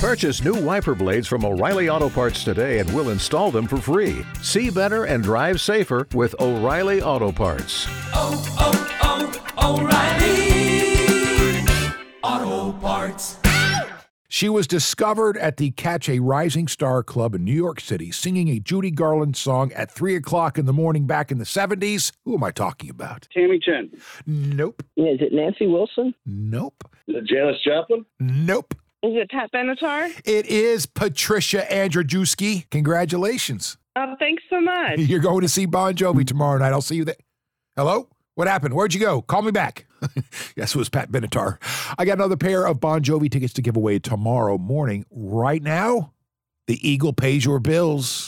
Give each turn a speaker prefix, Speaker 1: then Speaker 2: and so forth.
Speaker 1: Purchase new wiper blades from O'Reilly Auto Parts today and we'll install them for free. See better and drive safer with O'Reilly Auto Parts.
Speaker 2: oh, oh, O'Reilly Auto Parts.
Speaker 3: She was discovered at the Catch a Rising Star Club in New York City singing a Judy Garland song at 3 o'clock in the morning back in the 70s. Who am I talking about?
Speaker 4: Tammy Chen.
Speaker 3: Nope.
Speaker 5: Is it Nancy Wilson?
Speaker 3: Nope.
Speaker 4: Janice Joplin.
Speaker 3: Nope.
Speaker 6: Is it Pat Benatar?
Speaker 3: It is Patricia Andrzejewski. Congratulations.
Speaker 6: Oh, thanks so much.
Speaker 3: You're going to see Bon Jovi tomorrow night. I'll see you there. Hello? What happened? Where'd you go? Call me back. yes, it was Pat Benatar. I got another pair of Bon Jovi tickets to give away tomorrow morning. Right now, the Eagle pays your bills.